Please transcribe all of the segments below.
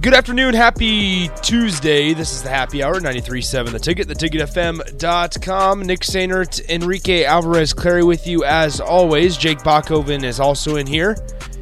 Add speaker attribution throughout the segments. Speaker 1: Good afternoon. Happy Tuesday. This is the happy hour 93.7 The Ticket, theticketfm.com. Nick Sainert, Enrique Alvarez Clary with you as always. Jake Bakovin is also in here.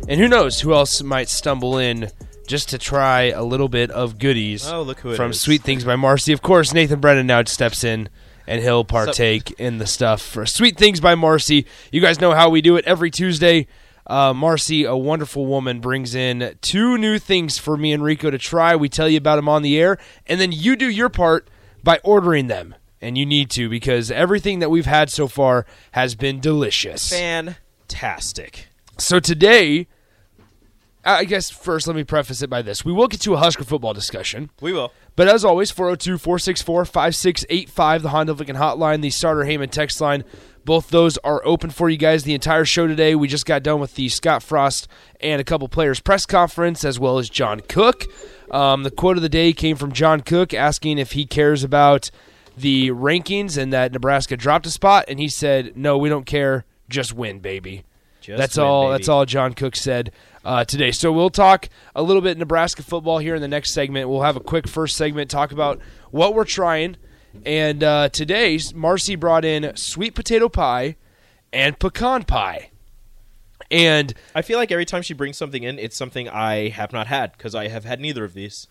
Speaker 1: And who knows who else might stumble in just to try a little bit of goodies
Speaker 2: Oh, look who it
Speaker 1: from
Speaker 2: is.
Speaker 1: Sweet Things by Marcy. Of course, Nathan Brennan now steps in and he'll partake in the stuff for Sweet Things by Marcy. You guys know how we do it every Tuesday. Uh, Marcy, a wonderful woman, brings in two new things for me and Rico to try. We tell you about them on the air, and then you do your part by ordering them. And you need to because everything that we've had so far has been delicious.
Speaker 2: Fantastic.
Speaker 1: So today, I guess first let me preface it by this. We will get to a Husker football discussion.
Speaker 2: We will.
Speaker 1: But as always, 402 464 5685, the Honda of Lincoln hotline, the starter Heyman text line. Both those are open for you guys the entire show today. We just got done with the Scott Frost and a couple players press conference, as well as John Cook. Um, the quote of the day came from John Cook asking if he cares about the rankings and that Nebraska dropped a spot, and he said, "No, we don't care. Just win, baby."
Speaker 2: Just
Speaker 1: that's
Speaker 2: win,
Speaker 1: all.
Speaker 2: baby.
Speaker 1: That's all John Cook said uh, today. So we'll talk a little bit Nebraska football here in the next segment. We'll have a quick first segment talk about what we're trying. And uh, today, Marcy brought in sweet potato pie and pecan pie. And
Speaker 2: I feel like every time she brings something in, it's something I have not had because I have had neither of these.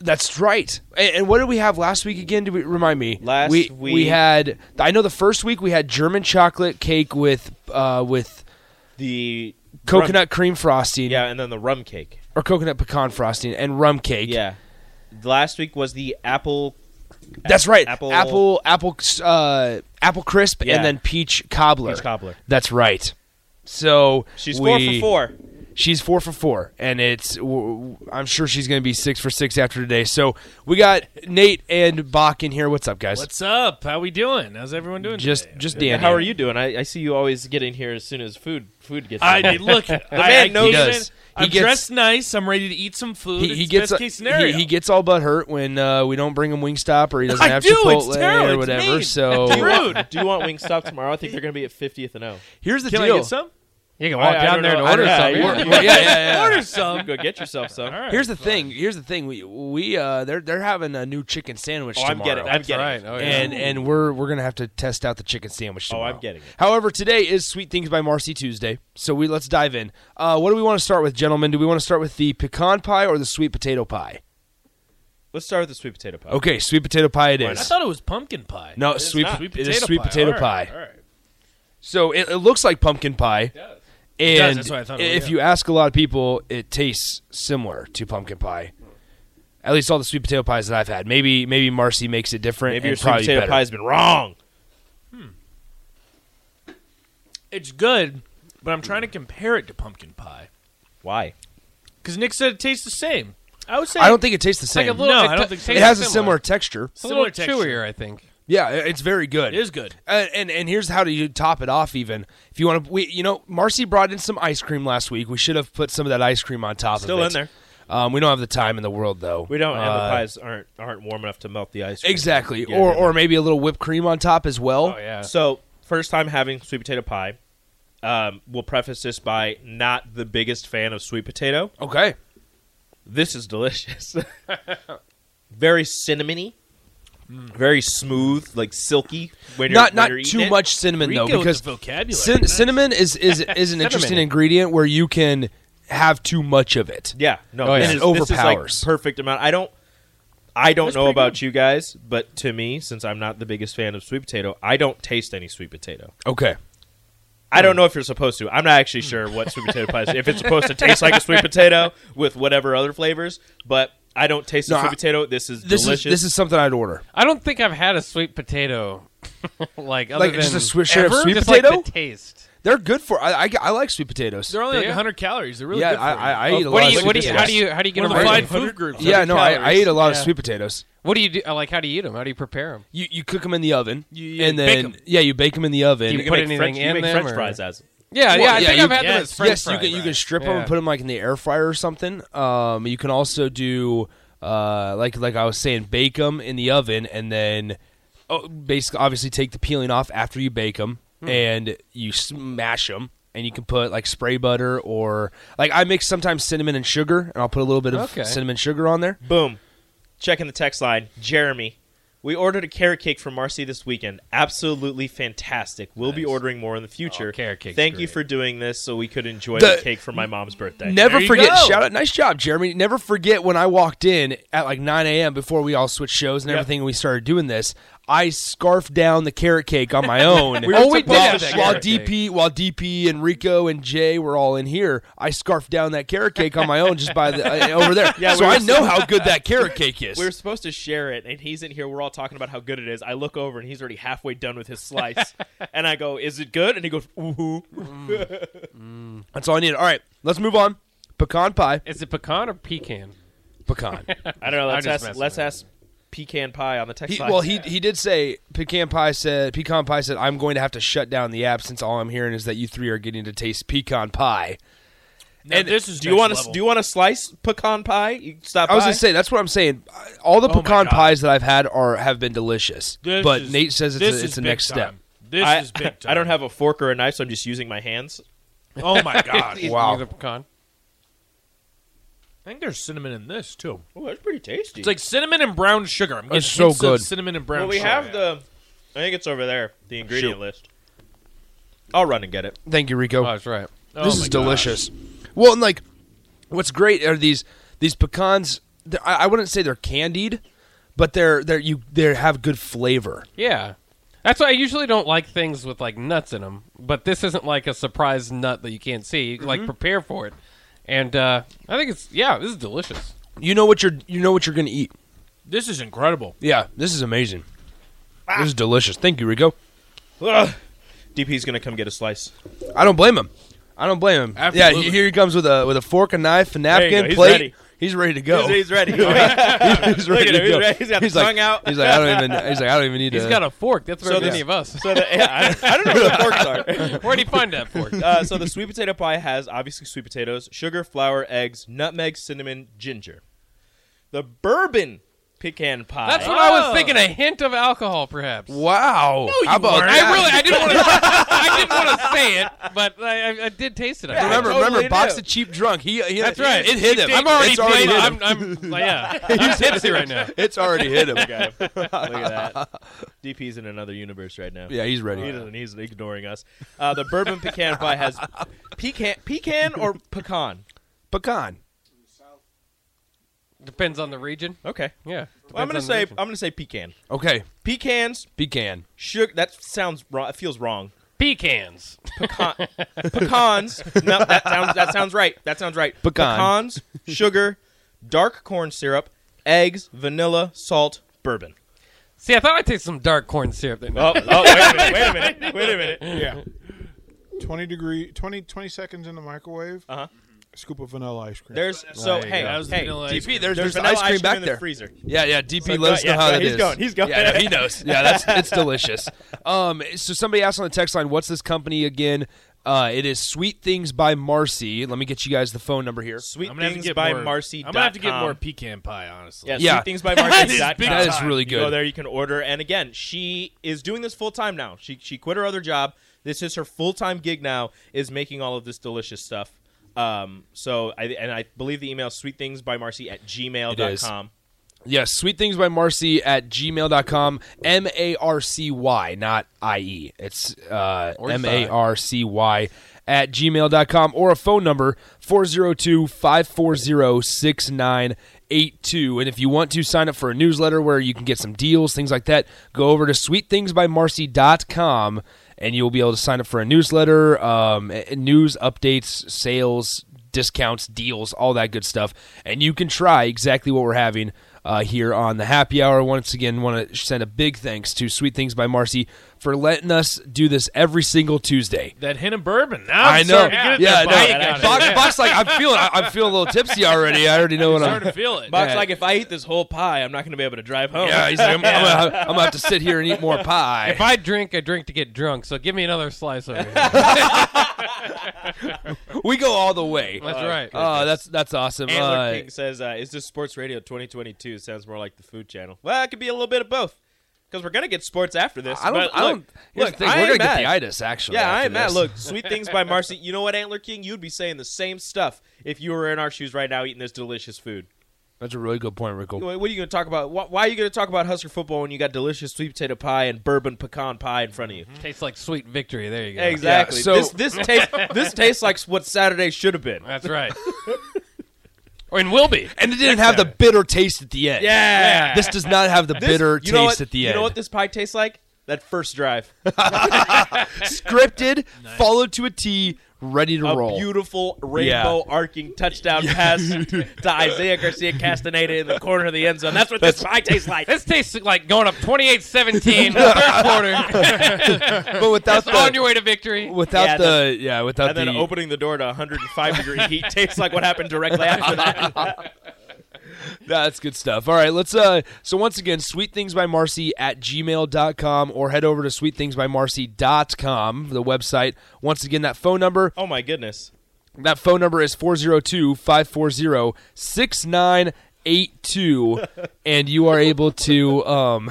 Speaker 1: That's right. And, and what did we have last week again? Do we remind me?
Speaker 2: Last
Speaker 1: we, we
Speaker 2: week-
Speaker 1: had. I know the first week we had German chocolate cake with uh, with
Speaker 2: The
Speaker 1: coconut
Speaker 2: rum-
Speaker 1: cream frosting,
Speaker 2: yeah, and then the rum cake.
Speaker 1: or coconut pecan frosting and rum cake.
Speaker 2: Yeah. Last week was the apple.
Speaker 1: that's right.
Speaker 2: Apple-
Speaker 1: apple apple uh, apple crisp
Speaker 2: Yeah.
Speaker 1: and then peach cobbler.
Speaker 2: Peach cobbler.
Speaker 1: That's right. So
Speaker 2: She's
Speaker 1: we-
Speaker 2: four for four.
Speaker 1: She's four for four, and it's. w- w- I'm sure she's going to be six for six after today. So we got Nate and Bach in here. What's up, guys?
Speaker 3: What's up? How we doing? How's everyone doing?
Speaker 1: just
Speaker 3: today?
Speaker 1: just Dan.
Speaker 2: How are you doing? I, I see you always get in here as soon as food food gets.
Speaker 3: I
Speaker 2: in.
Speaker 3: look. I,
Speaker 2: man
Speaker 3: I
Speaker 2: knows
Speaker 3: came
Speaker 1: he does.
Speaker 3: in,
Speaker 1: He
Speaker 3: I'm
Speaker 1: gets-
Speaker 3: dressed nice. I'm ready to eat some food.
Speaker 1: He,
Speaker 3: it's
Speaker 1: he gets
Speaker 3: best
Speaker 1: he,
Speaker 3: case scenario.
Speaker 1: he gets all but hurt when uh, we don't bring him Wingstop or he doesn't
Speaker 3: I
Speaker 1: have
Speaker 3: do, it's
Speaker 1: Chipotle
Speaker 3: terrible,
Speaker 1: or
Speaker 3: it's
Speaker 1: whatever.
Speaker 3: mean.
Speaker 2: Do you
Speaker 1: So
Speaker 2: want-
Speaker 3: Rude.
Speaker 2: Do you want Wingstop tomorrow? I think they're going to be at 50th and O.
Speaker 1: here's the
Speaker 3: Can
Speaker 1: deal. Oh,
Speaker 3: I get some?
Speaker 4: You can walk
Speaker 2: I- I
Speaker 4: down
Speaker 2: don't
Speaker 4: there
Speaker 2: know.
Speaker 4: and
Speaker 2: I
Speaker 4: order
Speaker 2: don't-
Speaker 4: something.
Speaker 2: yeah,
Speaker 4: Yeah.
Speaker 2: you're-
Speaker 1: yeah, yeah, yeah.
Speaker 3: Order some.
Speaker 2: Go get yourself some.
Speaker 3: All right.
Speaker 1: Here's the thing. Here's the thing. We we uh, they're they're having a new chicken sandwich
Speaker 2: Oh, I'm
Speaker 1: tomorrow.
Speaker 2: getting. I'm
Speaker 4: That's
Speaker 2: getting.
Speaker 4: right. Oh, yeah.
Speaker 1: and and we're we're gonna have to test out the chicken sandwich
Speaker 2: Oh,
Speaker 1: tomorrow.
Speaker 2: I'm getting it.
Speaker 1: However, today is Sweet Things by Marcy Tuesday, so we let's dive in. Uh, what do we want to start with, gentlemen? Do we want to start with the pecan pie or the sweet potato pie?
Speaker 2: Let's start with the sweet potato pie.
Speaker 1: Okay, sweet potato pie it
Speaker 3: I
Speaker 1: is.
Speaker 3: thought it was pumpkin pie.
Speaker 1: No,
Speaker 3: It's
Speaker 1: sweet
Speaker 3: not.
Speaker 1: po- it is sweet potato
Speaker 3: All right,
Speaker 1: pie.
Speaker 3: all right.
Speaker 1: So it, it looks like pumpkin pie. And
Speaker 3: does, that's what I thought it was,
Speaker 1: if
Speaker 3: yeah.
Speaker 1: you ask a lot of people, it tastes similar to pumpkin pie. At least all the sweet potato pies that I've had. Maybe maybe Marcy makes it different. and
Speaker 2: Maybe your sweet
Speaker 1: probably
Speaker 2: potato
Speaker 1: better.
Speaker 2: pie has been wrong.
Speaker 3: It's good, but I'm trying to compare it to pumpkin pie
Speaker 2: Why?
Speaker 3: because Nick said it tastes the same. I would say
Speaker 1: I don't think it tastes the
Speaker 4: Like
Speaker 1: same.
Speaker 4: a little,
Speaker 3: No,
Speaker 4: it
Speaker 3: I don't
Speaker 4: t-
Speaker 3: think so.
Speaker 1: it
Speaker 4: tastes
Speaker 1: has a
Speaker 3: similar.
Speaker 1: similar texture.
Speaker 4: a little
Speaker 3: Similar texture.
Speaker 4: chewier, I think.
Speaker 1: Yeah, i- it's very good.
Speaker 3: it is good.
Speaker 1: And, and and here's how do you top it off? Even if you want to, we you know, Marcy brought in some ice cream last week. We should have put some of that ice cream on top
Speaker 2: Still
Speaker 1: of it.
Speaker 2: in there.
Speaker 1: Um, we don't have the time in the world though.
Speaker 2: We don't, and the
Speaker 1: Uh,
Speaker 2: pies aren't aren't warm enough to melt the ice. cream.
Speaker 1: exactly,
Speaker 2: Yeah,
Speaker 1: or
Speaker 2: yeah.
Speaker 1: or maybe a little whipped cream on top as well.
Speaker 4: Oh yeah.
Speaker 2: So first time having sweet potato pie. Um, we'll preface this by not the biggest fan of sweet potato.
Speaker 1: Okay,
Speaker 2: This is delicious. very cinnamony, very smooth, like silky. When you're
Speaker 1: Mm. not
Speaker 2: when
Speaker 1: not
Speaker 2: you're eating
Speaker 1: too
Speaker 2: it.
Speaker 1: much cinnamon
Speaker 3: Rico
Speaker 1: though,
Speaker 3: with
Speaker 1: because
Speaker 3: the vocabulary.
Speaker 1: cin-
Speaker 3: Nice.
Speaker 1: cinnamon is is is an interesting ingredient where you can have too much of it.
Speaker 2: Yeah, no,
Speaker 4: Oh, yeah.
Speaker 2: this,
Speaker 1: It
Speaker 2: is, this is like
Speaker 1: overpowers.
Speaker 2: perfect amount. I don't, I don't
Speaker 3: That's
Speaker 2: know
Speaker 3: pretty
Speaker 2: about you guys, but to me, since I'm not the biggest fan of sweet potato, I don't taste any sweet potato.
Speaker 1: Okay,
Speaker 2: I don't know if you're supposed to. I'm not actually sure what sweet potato pie is. If it's supposed to taste like a sweet potato with whatever other flavors, but I don't taste the
Speaker 1: No,
Speaker 2: sweet
Speaker 1: I-
Speaker 2: potato. This is
Speaker 1: This
Speaker 2: delicious.
Speaker 1: is this is something I'd order.
Speaker 3: I don't think I've had a sweet potato like other
Speaker 1: Like,
Speaker 3: than
Speaker 1: just a swi- straight up
Speaker 3: ever?
Speaker 1: sweet
Speaker 3: Just
Speaker 1: potato?
Speaker 3: Like the taste.
Speaker 1: They're good for. I, I, I like sweet potatoes.
Speaker 4: They're only like
Speaker 3: Yeah.
Speaker 4: 100 calories. They're really
Speaker 1: yeah,
Speaker 4: good for
Speaker 1: I,
Speaker 4: you.
Speaker 1: I, I eat a
Speaker 3: What
Speaker 1: lot
Speaker 3: do you?
Speaker 1: of
Speaker 3: What do
Speaker 1: sweet
Speaker 3: you?
Speaker 1: potatoes.
Speaker 3: How do you? How do you get
Speaker 4: One of
Speaker 3: them?
Speaker 4: the
Speaker 3: ready?
Speaker 4: five food groups.
Speaker 1: Yeah, no, I, I
Speaker 3: calories?
Speaker 1: eat a lot of
Speaker 3: Yeah.
Speaker 1: sweet potatoes.
Speaker 3: What do you do? Like, how do you eat them? How do you prepare them?
Speaker 1: You you cook them in the oven,
Speaker 4: You- you
Speaker 1: and
Speaker 4: bake
Speaker 1: then
Speaker 4: 'em.
Speaker 1: yeah, you bake them in the oven.
Speaker 3: Do
Speaker 2: you can
Speaker 3: put
Speaker 2: make
Speaker 3: anything
Speaker 2: French, you
Speaker 3: in
Speaker 2: make
Speaker 3: them,
Speaker 2: French
Speaker 3: or-
Speaker 2: fries as.
Speaker 3: Yeah,
Speaker 1: Well,
Speaker 3: yeah. I
Speaker 1: yeah,
Speaker 3: think
Speaker 1: you-
Speaker 3: I've had them
Speaker 4: yes,
Speaker 3: as French
Speaker 1: yes, you
Speaker 3: fries.
Speaker 1: can you can strip them
Speaker 3: Yeah.
Speaker 1: and put them like in the air fryer or something. Um, you can also do uh, like like I was saying, bake them in the oven and then oh, basically obviously take the peeling off after you bake them
Speaker 3: Hmm.
Speaker 1: and you smash them. And you can put like spray butter or like I mix sometimes cinnamon and sugar, and I'll put a little bit of
Speaker 3: Okay.
Speaker 1: cinnamon sugar on there.
Speaker 2: Boom. Checking the text line. Jeremy. We ordered a carrot cake from Marcy this weekend. Absolutely fantastic. We'll be ordering more in the future.
Speaker 3: Oh, carrot cake's
Speaker 2: Thank you
Speaker 3: great.
Speaker 2: for doing this so we could enjoy
Speaker 1: The-
Speaker 2: the, cake for my mom's birthday.
Speaker 1: Never
Speaker 3: you
Speaker 1: forget.
Speaker 3: go.
Speaker 1: Shout out. Nice job, Jeremy. Never forget when I walked in at like 9 a.m. before we all switched shows and everything, and we started doing this. I scarfed down the carrot cake on my own.
Speaker 2: were Oh, we supposed did to
Speaker 1: While,
Speaker 2: have that
Speaker 1: while
Speaker 3: carrot
Speaker 1: DP, while DP and Rico and Jay were all in here, I scarfed down that carrot cake on my own just by the uh, over there.
Speaker 2: Yeah,
Speaker 1: so
Speaker 2: we were
Speaker 1: I know how good that carrot cake is.
Speaker 2: We were supposed to share it, and he's in here. We're all talking about how good it is. I look over, and he's already halfway done with his slice. and I go, "Is it good?" And he goes, "Ooh."
Speaker 1: That's all I need. All right, let's move on. Pecan pie,
Speaker 3: Is it pecan or pecan?
Speaker 1: pecan.
Speaker 2: I don't know. Let's
Speaker 3: I'm just
Speaker 2: ask.
Speaker 3: messing
Speaker 2: Let's
Speaker 3: with
Speaker 2: ask pecan pie on the text
Speaker 1: He,
Speaker 2: line.
Speaker 1: well, he he did say pecan pie said pecan pie said I'm going to have to shut down the app since all I'm hearing is that you three are getting to taste pecan pie.
Speaker 4: and this is
Speaker 2: do you want
Speaker 4: want
Speaker 2: to do you want to slice pecan pie? You stop.
Speaker 1: I was
Speaker 2: by?
Speaker 1: gonna say that's what I'm saying. All the
Speaker 4: Oh my
Speaker 1: pecan
Speaker 4: God.
Speaker 1: pies that I've had are have been delicious.
Speaker 4: This
Speaker 1: but
Speaker 4: is-
Speaker 1: Nate says
Speaker 4: this
Speaker 1: it's a,
Speaker 4: is
Speaker 1: it's the
Speaker 4: big
Speaker 1: next step.
Speaker 4: time. This
Speaker 2: I,
Speaker 4: is big time.
Speaker 2: I don't have a fork or a knife, so I'm just using my hands.
Speaker 4: Oh my god! I
Speaker 1: Wow.
Speaker 3: The pecan.
Speaker 4: think there's cinnamon in this too.
Speaker 2: Oh, that's pretty tasty.
Speaker 4: It's like cinnamon and brown sugar. I'm getting
Speaker 1: It's so
Speaker 4: hints of
Speaker 1: good.
Speaker 4: Cinnamon and brown.
Speaker 2: well, we
Speaker 4: sugar.
Speaker 2: have the. I think it's over there. The ingredient list. I'll run and get it.
Speaker 1: Thank you, Rico.
Speaker 3: Oh, that's right.
Speaker 4: Oh
Speaker 1: this
Speaker 4: my
Speaker 1: is
Speaker 4: God.
Speaker 1: delicious. Well, and like, what's great are these these pecans. they're- I, I wouldn't say they're candied, but they're they're you they have good flavor.
Speaker 3: Yeah. That's why I usually don't like things with like nuts in them, but this isn't like a surprise nut that you can't see. You, Like prepare for it, and uh, I think it's yeah, this is delicious.
Speaker 1: You know what you're you know what you're gonna eat.
Speaker 4: This is incredible.
Speaker 1: Yeah, this is amazing.
Speaker 2: Ah.
Speaker 1: This is delicious. Thank you, Rico.
Speaker 2: Ugh. DP's gonna come get a slice.
Speaker 1: I don't blame him. I don't blame him. Yeah,
Speaker 4: Absolutely.
Speaker 1: he- here he comes with a with a fork, a knife, a
Speaker 2: you
Speaker 1: napkin,
Speaker 2: go. He's
Speaker 1: plate.
Speaker 2: ready.
Speaker 1: He's ready to go.
Speaker 2: He's, he's ready.
Speaker 1: He's ready
Speaker 2: at
Speaker 1: to
Speaker 2: him. He's
Speaker 1: go.
Speaker 2: ready. He's got the
Speaker 1: like,
Speaker 2: tongue out.
Speaker 1: He's like, I don't even. He's like, I don't even need
Speaker 3: He's
Speaker 1: to.
Speaker 3: got a fork. That's where
Speaker 2: So
Speaker 3: many
Speaker 2: this-
Speaker 3: of us.
Speaker 2: so the, yeah, I, I don't know what the forks are.
Speaker 3: Where'd he find that fork?
Speaker 2: Uh, so the sweet potato pie has obviously sweet potatoes, sugar, flour, eggs, nutmeg, cinnamon, ginger. The bourbon pecan pie.
Speaker 3: That's what I was thinking. A hint of alcohol, perhaps.
Speaker 1: wow. How about
Speaker 3: I
Speaker 1: that?
Speaker 3: really, I didn't want to, I didn't want to say it, but I, I, I did taste it. I think.
Speaker 1: remember,
Speaker 2: I totally
Speaker 1: remember, box
Speaker 2: do.
Speaker 1: the cheap drunk. He, he
Speaker 3: That's right.
Speaker 1: It hit him.
Speaker 3: I'm already,
Speaker 1: it's already
Speaker 3: playing-
Speaker 1: hit him.
Speaker 3: I'm, I'm, like, yeah, I'm tipsy right now.
Speaker 1: It's already hit him.
Speaker 2: Got him. Look at that. DP's in another universe right now.
Speaker 1: Yeah, he's
Speaker 2: He
Speaker 1: ready.
Speaker 2: doesn't, he's ignoring us. Uh, the bourbon pecan pie has pecan, pecan or pecan.
Speaker 1: Pecan.
Speaker 3: Depends on the region.
Speaker 2: Okay, Well,
Speaker 3: Yeah.
Speaker 2: I'm gonna
Speaker 3: Depends on the
Speaker 2: say
Speaker 3: region.
Speaker 2: I'm gonna say pecan.
Speaker 1: Okay.
Speaker 2: Pecans,
Speaker 1: Pecan.
Speaker 2: sugar. That sounds wrong. It feels wrong.
Speaker 3: pecans.
Speaker 2: Pecan, pecans. No, that sounds that sounds right. That sounds right.
Speaker 1: Pecan.
Speaker 2: Pecans, sugar, dark corn syrup, eggs, vanilla, salt, bourbon.
Speaker 3: See, I thought I tasted some dark corn syrup. There.
Speaker 2: Oh, oh wait a minute! Wait a minute! Wait a minute!
Speaker 5: Yeah. 20 degree 20 20 seconds in the microwave.
Speaker 2: Uh-huh.
Speaker 5: Scoop of vanilla ice cream.
Speaker 2: There's so hey
Speaker 4: That was the
Speaker 2: hey
Speaker 4: vanilla ice
Speaker 2: DP.
Speaker 4: cream.
Speaker 2: There's,
Speaker 1: There's
Speaker 2: vanilla
Speaker 1: ice cream back
Speaker 2: in
Speaker 1: there.
Speaker 2: the freezer.
Speaker 1: Yeah, yeah. DP
Speaker 2: So
Speaker 1: let us
Speaker 2: go-
Speaker 1: know how
Speaker 2: yeah,
Speaker 1: that is.
Speaker 2: he's going, he's going.
Speaker 1: Yeah, no, he knows. Yeah, that's it's delicious. Um, so somebody asked on the text line, "What's this company again?" Uh, it is Sweet Things by Marcy. Let me get you guys the phone number here.
Speaker 2: Sweet
Speaker 4: I'm gonna have to
Speaker 2: things
Speaker 4: get
Speaker 2: by
Speaker 4: more,
Speaker 2: Marcy.
Speaker 4: I'm gonna have to get more pecan pie, honestly.
Speaker 2: Yeah,
Speaker 1: Yeah.
Speaker 2: sweet things by Marcy.
Speaker 4: is big
Speaker 1: That is really
Speaker 2: You go
Speaker 1: good.
Speaker 2: there, you can order. And again, she is doing this full time now. She she quit her other job. This is her full time gig now. Is making all of this delicious stuff. Um, so I and I believe the email is sweet things by Marcy at
Speaker 1: It is.
Speaker 2: gmail.com.
Speaker 1: Yes, sweet things by Marcy at gmail.com. M A R C Y, not I E. It's uh, M A R C Y at gmail.com or a phone number 402 540 6982. And if you want to sign up for a newsletter where you can get some deals, things like that, go over to sweetthingsbymarcy.com and you'll be able to sign up for a newsletter, um, a- news updates, sales, discounts, deals, all that good stuff. And you can try exactly what we're having uh, here on the happy hour. Once again, want to send a big thanks to Sweet Things by Marcy for letting us do this every single Tuesday.
Speaker 4: That hint of bourbon. Now
Speaker 1: I
Speaker 4: I'm
Speaker 1: know.
Speaker 4: starting to get it
Speaker 1: Yeah,
Speaker 4: there, Bob.
Speaker 1: I know.
Speaker 4: Got it.
Speaker 1: Box, Box, like I'm feeling, I- I'm feeling a little tipsy already. I already know what I'm.
Speaker 4: starting to feel it.
Speaker 2: Box like if I eat this whole pie, I'm not going to be able to drive home.
Speaker 1: Yeah, he's like, I'm, I'm, gonna, I'm gonna have to sit here and eat more pie.
Speaker 3: If I drink, I drink to get drunk. So give me another slice over here.
Speaker 1: we go all the way.
Speaker 3: That's right.
Speaker 1: Oh, that's that's awesome.
Speaker 2: Antler
Speaker 1: Uh,
Speaker 2: King says, uh, "Is this sports radio 2022? Sounds more like the Food Channel. Well, it could be a little bit of both, because we're gonna get sports after this.
Speaker 1: I don't.
Speaker 2: But
Speaker 1: I don't.
Speaker 2: Look,
Speaker 1: here's
Speaker 2: look,
Speaker 1: the thing,
Speaker 2: I
Speaker 1: we're gonna
Speaker 2: ain't
Speaker 1: get
Speaker 2: mad.
Speaker 1: the itis actually.
Speaker 2: Yeah, I
Speaker 1: after
Speaker 2: am mad.
Speaker 1: this.
Speaker 2: Look, sweet things by Marcy. You know what, Antler King? You'd be saying the same stuff if you were in our shoes right now eating this delicious food.
Speaker 1: that's a really good point, Rico.
Speaker 2: Wh- What are you going to talk about? Wh- Why are you going to talk about Husker football when you got delicious sweet potato pie and bourbon pecan pie in front of you?
Speaker 1: Mm-hmm.
Speaker 3: Tastes like sweet victory. There you go.
Speaker 2: Exactly.
Speaker 1: so-
Speaker 2: this this tastes this tastes like what Saturday should have been.
Speaker 3: That's right. and will be.
Speaker 1: And it didn't have the bitter taste at the end.
Speaker 2: Yeah.
Speaker 1: This does not have the
Speaker 2: This-
Speaker 1: bitter
Speaker 2: you
Speaker 1: taste
Speaker 2: know what-
Speaker 1: at the
Speaker 2: you
Speaker 1: end.
Speaker 2: know what this pie tastes like? That first drive.
Speaker 1: Scripted, followed to a T, ready to
Speaker 2: a
Speaker 1: roll.
Speaker 2: beautiful rainbow arcing touchdown pass to Isaiah Garcia Castaneda in the corner of the end zone. That's what this pie tastes like.
Speaker 3: This tastes like going up 28-17 third quarter.
Speaker 1: but without the
Speaker 3: on your way to victory.
Speaker 1: without
Speaker 2: Yeah,
Speaker 1: the, yeah without
Speaker 2: and then
Speaker 1: the
Speaker 2: opening the door to 105 degree heat tastes like what happened directly after that.
Speaker 1: That's good stuff. All right, let's uh so once again, sweet things by Marcy at gmail.com or head over to sweetthingsbymarcy.com, the website. Once again, that phone number,
Speaker 2: Oh my goodness.
Speaker 1: that phone number is 402-540-6982 and you are able to um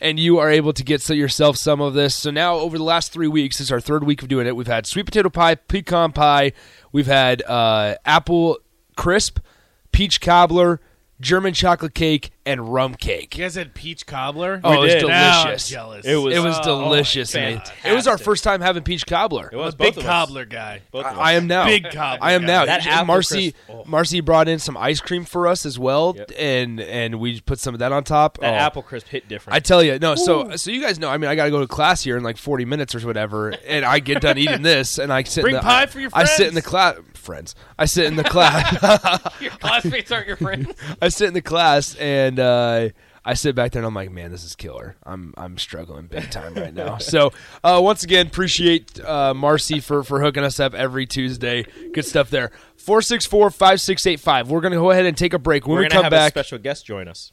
Speaker 1: and you are able to get so- yourself some of this. So now over the last 3 weeks, this is our third week of doing it. We've had sweet potato pie, pecan pie, we've had uh apple crisp, peach cobbler, German chocolate cake and rum cake.
Speaker 4: You guys had peach cobbler?
Speaker 1: Oh, it was
Speaker 2: did.
Speaker 4: Now I'm
Speaker 1: delicious.
Speaker 4: jealous.
Speaker 2: It was- uh,
Speaker 1: It was
Speaker 4: Oh,
Speaker 1: delicious, man. It was our first time having peach cobbler.
Speaker 2: It was
Speaker 4: a big
Speaker 2: both of us.
Speaker 4: cobbler guy.
Speaker 2: Both of us.
Speaker 1: I am now.
Speaker 4: Big cobbler
Speaker 1: I am
Speaker 4: guy.
Speaker 1: now.
Speaker 2: That
Speaker 1: J-
Speaker 2: apple
Speaker 1: Marcy
Speaker 2: crisp. Oh.
Speaker 1: Marcy brought in some ice cream for us as well,
Speaker 2: Yep.
Speaker 1: and and we put some of that on top.
Speaker 2: that
Speaker 1: Oh.
Speaker 2: apple crisp hit
Speaker 1: I
Speaker 2: different.
Speaker 1: tell you, no. So so you guys know. I mean, I got to go to class here in like forty minutes or whatever, and I get done eating this, and I sit.
Speaker 4: Bring
Speaker 1: in the,
Speaker 4: pie for your
Speaker 1: I sit in the
Speaker 4: friends.
Speaker 1: class. Friends. I sit in the class.
Speaker 3: Your classmates aren't your friends.
Speaker 1: I sit in the class and uh, I sit back there and I'm like, man, this is killer. I'm I'm struggling big time right now. so uh, once again, appreciate uh, Marcy for for hooking us up every Tuesday. Good stuff there. 464-5685. We're gonna go ahead and take a break. When
Speaker 2: We're
Speaker 1: we
Speaker 2: gonna
Speaker 1: come
Speaker 2: have a
Speaker 1: back,
Speaker 2: special guest join us.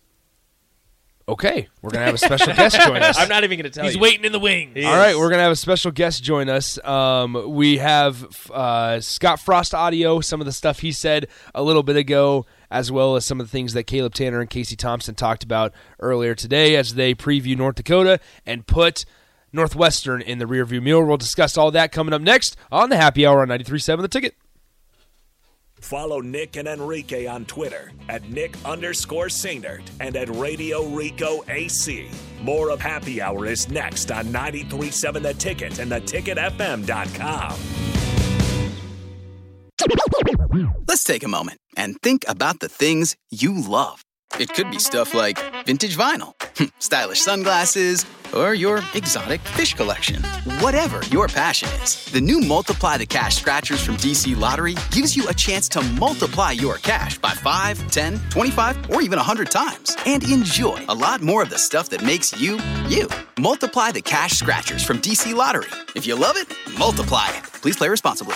Speaker 1: okay, we're gonna have a special guest join us.
Speaker 2: I'm not even gonna tell
Speaker 4: He's
Speaker 2: you.
Speaker 4: waiting in the wings.
Speaker 2: He
Speaker 1: All
Speaker 2: is.
Speaker 1: right, we're gonna have a special guest join us. Um, we have uh, Scott Frost audio, some of the stuff he said a little bit ago, as well as some of the things that Caleb Tanner and Casey Thompson talked about earlier today as they preview North Dakota and put Northwestern in the rearview mirror. We'll discuss all that coming up next on the Happy Hour on 93.7 The Ticket.
Speaker 6: Follow Nick and Enrique on Twitter at Nick underscore Sainert and at Radio Rico AC. More of Happy Hour is next on 93.7 The Ticket and theticketfm.com.
Speaker 7: Let's take a moment and think about the things you love. It could be stuff like vintage vinyl, stylish sunglasses, or your exotic fish collection. Whatever your passion is, the new Multiply the Cash Scratchers from DC Lottery gives you a chance to multiply your cash by 5, 10, 25, or even 100 times and enjoy a lot more of the stuff that makes you, you. Multiply the Cash Scratchers from DC Lottery. If you love it, multiply it. Please play responsibly.